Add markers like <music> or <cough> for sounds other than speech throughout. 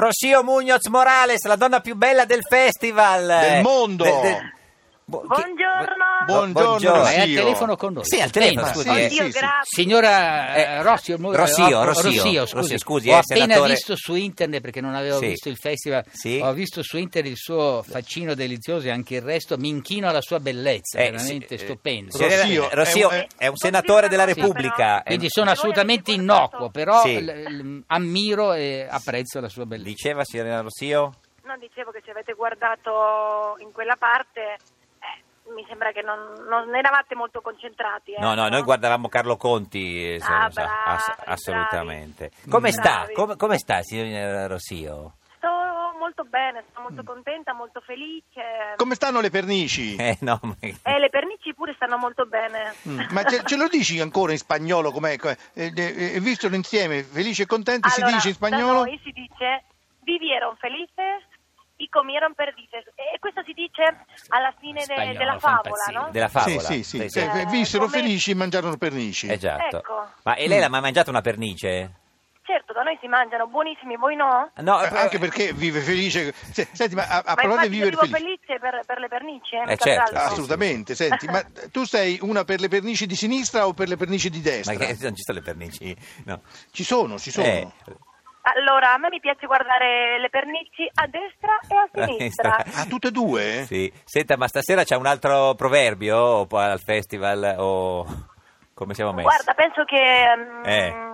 Rocío Muñoz Morales, la donna più bella del festival. Eh, Del mondo. De- de- bo- chi- eh, Buongiorno. Bu- Buongiorno, buongiorno. Rocío. Ma è al telefono con noi. Oh, Sì, al telefono, Bene. scusi. sì, eh. sì, Oddio, sì. grazie. Signora Eh, eh, Rossio, mo- Rossio, eh, Rossio, scusi, Rossio, scusi, ho eh, appena senatore. visto su internet perché non avevo Sì. visto il festival, Sì. ho visto su internet il suo faccino delizioso e anche il resto, mi inchino alla sua bellezza, Eh, veramente sì, eh, stupendo. signora- Rocío, Rocío è un- eh, è un senatore della Sì, Repubblica. Quindi Eh, sono Voi assolutamente avete portato- innocuo, però Sì. l- l- ammiro e apprezzo la sua bellezza. Eh, Diceva signorina Rossio? No, dicevo che se avete guardato in quella parte, eh, mi sembra che non, non eravate molto concentrati. eh, No, no, noi guardavamo Carlo Conti, eh, se Ah, lo sa, bravi, ass- bravi. assolutamente. Come sta? Bravi. Come, come sta signorina Rossio? Sto molto bene, sono molto contenta, molto felice. Mm. Come stanno le pernici? Eh, no, ma- E le pernici pure stanno molto bene. Mm. <laughs> Ma ce, ce lo dici ancora in spagnolo com'è? com'è? Eh, eh, eh, visto l'insieme, felice e contento, si Allora, dice in Da spagnolo? noi si dice vivieron felices y comieron perdices. E questo si dice alla fine de- Spagnolo, della fa favola, impazzire. no? della favola. Sì, sì, sì. sì. Eh, vissero Eh, come- felici e mangiarono pernici. Esatto. Ecco. Ma e lei l'ha mai mangiato una pernice? Certo, da noi si mangiano buonissimi, voi no? No, Eh, però- anche perché vive felice. Se- Senti, ma Ah, a, a Ma parlare infatti di vivere vivo felice. felice per, per le pernici, eh, Eh, mica certo, per Ah, altro. sì, Assolutamente, senti, ma tu sei una per le pernici di sinistra o per le pernici di destra? Ma che, non ci sono le pernici? No. Ci sono, ci sono. Eh, Allora, a me mi piace guardare le pernici a destra e <laughs> a sinistra. Ah, tutte e due? Sì. Senta, ma stasera c'è un altro proverbio o po- al festival o come siamo messi? Guarda, penso che... mm, Eh.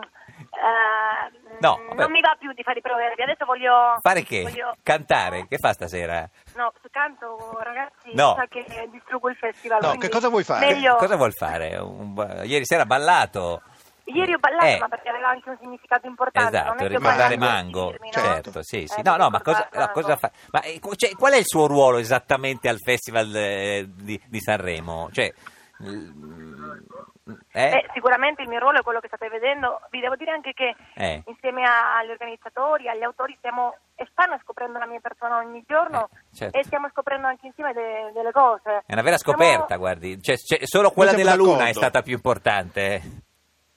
eh, No, mm, vabbè. non mi va più di fare i proverbi, adesso voglio... Fare che? voglio- Cantare? Che fa stasera? No, su canto, ragazzi, No. sa che distruggo il festival. No, quindi che cosa vuoi fare? meglio- Cosa vuol fare? Un ba- Ieri sera ha ballato. Ieri ho ballato, Eh. ma perché aveva anche un significato importante. non è Esatto, che ho ricordare ballato per Mango, divertirmi, no? certo, sì, sì. Eh, No, no, ma cosa, ricordare no, cosa Mango. fa? Ma eh, co- cioè, qual è il suo ruolo esattamente al Festival eh, di, di Sanremo? Cioè, l- eh? Beh, sicuramente il mio ruolo è quello che state vedendo. Vi devo dire anche che Eh. insieme a- agli organizzatori, agli autori, stiamo e stanno scoprendo la mia persona ogni giorno Eh, certo. e stiamo scoprendo anche insieme de- delle cose. È una vera Stiamo- scoperta, guardi. Cioè, cioè, solo quella Noi della siamo Luna è d'accordo. stata più importante.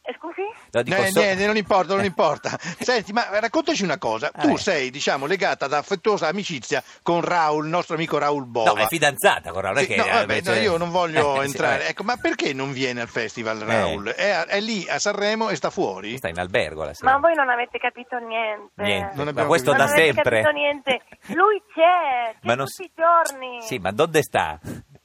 Eh, scusi? No, Eh, Ah, so- niente, non importa, non importa. <laughs> Senti, ma raccontaci una cosa. Ah, tu eh. sei, diciamo, legata da affettuosa amicizia con Raul, il nostro amico Raul Bova. No, è fidanzata con Raul, non è Sì, che- no, vabbè, <laughs> invece- no, io non voglio Eh, sì, entrare. vabbè. Ecco, ma perché non viene al festival Raul? È, a- è lì a Sanremo e sta fuori? Sta in albergo la sera. Ma voi non avete capito niente. Niente. Non ma abbiamo questo capito. da non avete sempre. capito niente. <laughs> Lui c'è, c'è Ma non tutti si- i giorni. Sì, ma dove sta?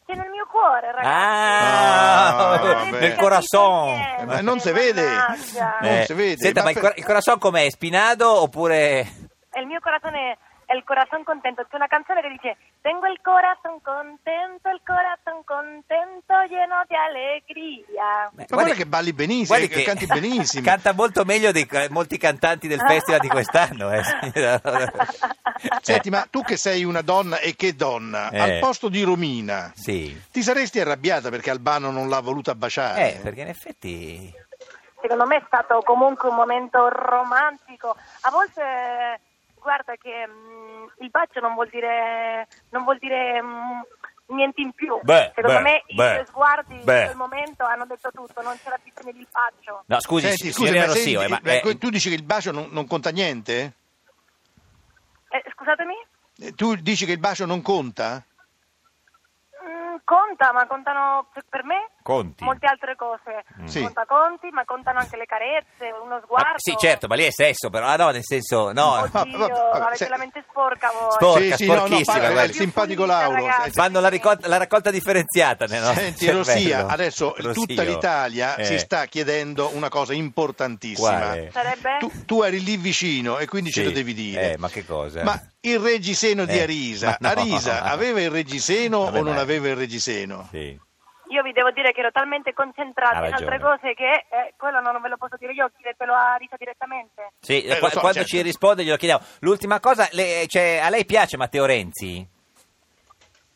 C'è nel mio cuore, ragazzi. Ah, Ah, Non avete vabbè. Eh, nel capito corazon. niente, Ma non si vede. Eh, mannaggia. Non si vede, Eh, Senta, ma, ma il, per- cor- il corazon com'è? Spinato oppure... eh, El mio corazón es el corazón contento. Es una canción que dice, tengo el corazón contento, el corazón contento lleno de alegría. Beh, guarda che balli benissimo, guardi che <laughs> canti benissimo. Canta molto meglio di ca- molti cantanti del festival di quest'anno. eh, <laughs> signora. Senti, ma tu che sei una donna e che donna, Eh. al posto di Romina, Sì. ti saresti arrabbiata perché Albano non l'ha voluta baciare? Eh, perché in effetti... Secondo me è stato comunque un momento romantico. A volte, guarda che mh, il bacio non vuol dire, non vuol dire mh, niente in più. Beh, Secondo beh, me i beh, suoi sguardi beh. in quel momento hanno detto tutto, non c'era bisogno di bacio. No, scusi, Senti, scusa, signorina ma, senti, Rossio, eh, ma, ma eh, tu dici che il bacio non, non conta niente? Eh, scusatemi? Eh, Tu dici che il bacio non conta? Mm, conta, ma contano per- per me Conti. molte altre cose. Sì. Conta conti, ma contano anche le carezze, uno Ma- sguardo. Mm. sì, certo, ma lì è sesso, però ah, no, nel senso, no, Ah, Oddio, vabbè, vabbè, avete se- la mente sporca voi. Sporca, sì, sì, no, no, sporchissima, parla- guarda. il simpatico Lauro. Ragazzi. Senti, fanno la, ricol- la raccolta differenziata. Nel nostro Senti, Eh, cervello. Rosia, adesso Rossio. tutta l'Italia si Eh, sta chiedendo una cosa importantissima. Quale? Sarebbe? Tu, tu eri lì vicino e quindi sì. ce lo devi dire. Eh, ma che cosa? Ma il reggiseno di Eh, Arisa, ma no. Arisa aveva il reggiseno Vabbè, o non dai. aveva il reggiseno? Sì. Io vi devo dire che ero talmente Ha concentrata in ragione. altre cose che eh, quello non ve lo posso dire io, chiedetelo a Risa direttamente. Sì, Eh, lo qua- so, quando certo. ci risponde glielo chiediamo. L'ultima cosa, le- cioè, a lei piace Matteo Renzi?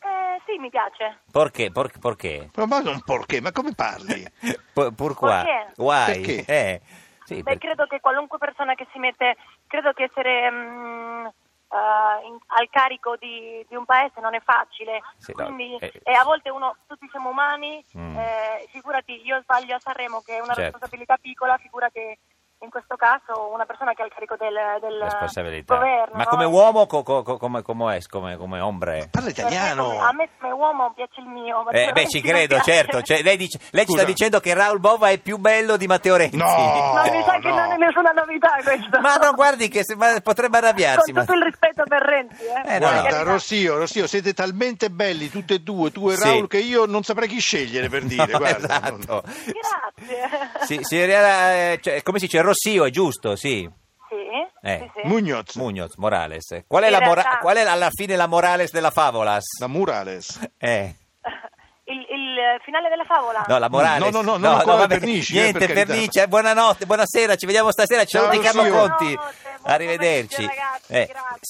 Eh, sì, mi piace. Perché? Por- perché? Ma ma non perché, ma come parli? Por- pur qua? Perché? Why? Perché? Eh, sì, Beh, per- credo che qualunque persona che si mette, credo che essere mm, eh, in- al carico di, di un paese non è facile. Sì, no, Quindi, eh. e a volte uno, tutti siamo umani, Mm. eh, figurati, io sbaglio a Sanremo che è una Certo. responsabilità piccola, figurati in questo caso una persona che ha il carico del, del Responsabilità. governo. Ma no? come uomo, co- co- co- come, come è, come, come ombre? Parla Per me come- italiano. A me come uomo piace il mio. ma Eh, beh, veramente ci mi credo, piace. certo. Cioè, lei dice- lei ci sta Scusa. dicendo che Raul Bova è più bello di Matteo Renzi. No. Ma mi sa che no. non è nessuna novità questa. Ma no, guardi che se- ma potrebbe arrabbiarsi. Con ma- tutto il rispetto per Renzi, eh. Eh, no, Per no. Guarda, carità. Rossio, Rossio, siete talmente belli tutti e due, tu e Sì. Raul, che io non saprei chi scegliere per dire. <laughs> No, guarda, non- esatto. Grazie. Sì, signorina, eh, cioè, come si dice? Rossio, è giusto, sì. Sì, Eh. sì, sì. Muñoz, Muñoz, Morales. Qual è, In la mora- realtà- qual è la- alla fine la Morales della Favolas? da Murales. Eh. Il, il finale della favola. No, la Morales. No, no, no, non ancora vabbè, Pernici, eh, Niente, per carità. Pernici, eh, buonanotte, buonasera, ci vediamo stasera, ci Ciao, saluti Carlo Lucio. Conti. Buonanotte, buon Arrivederci. Eh, pomeriggio, ragazzi, grazie.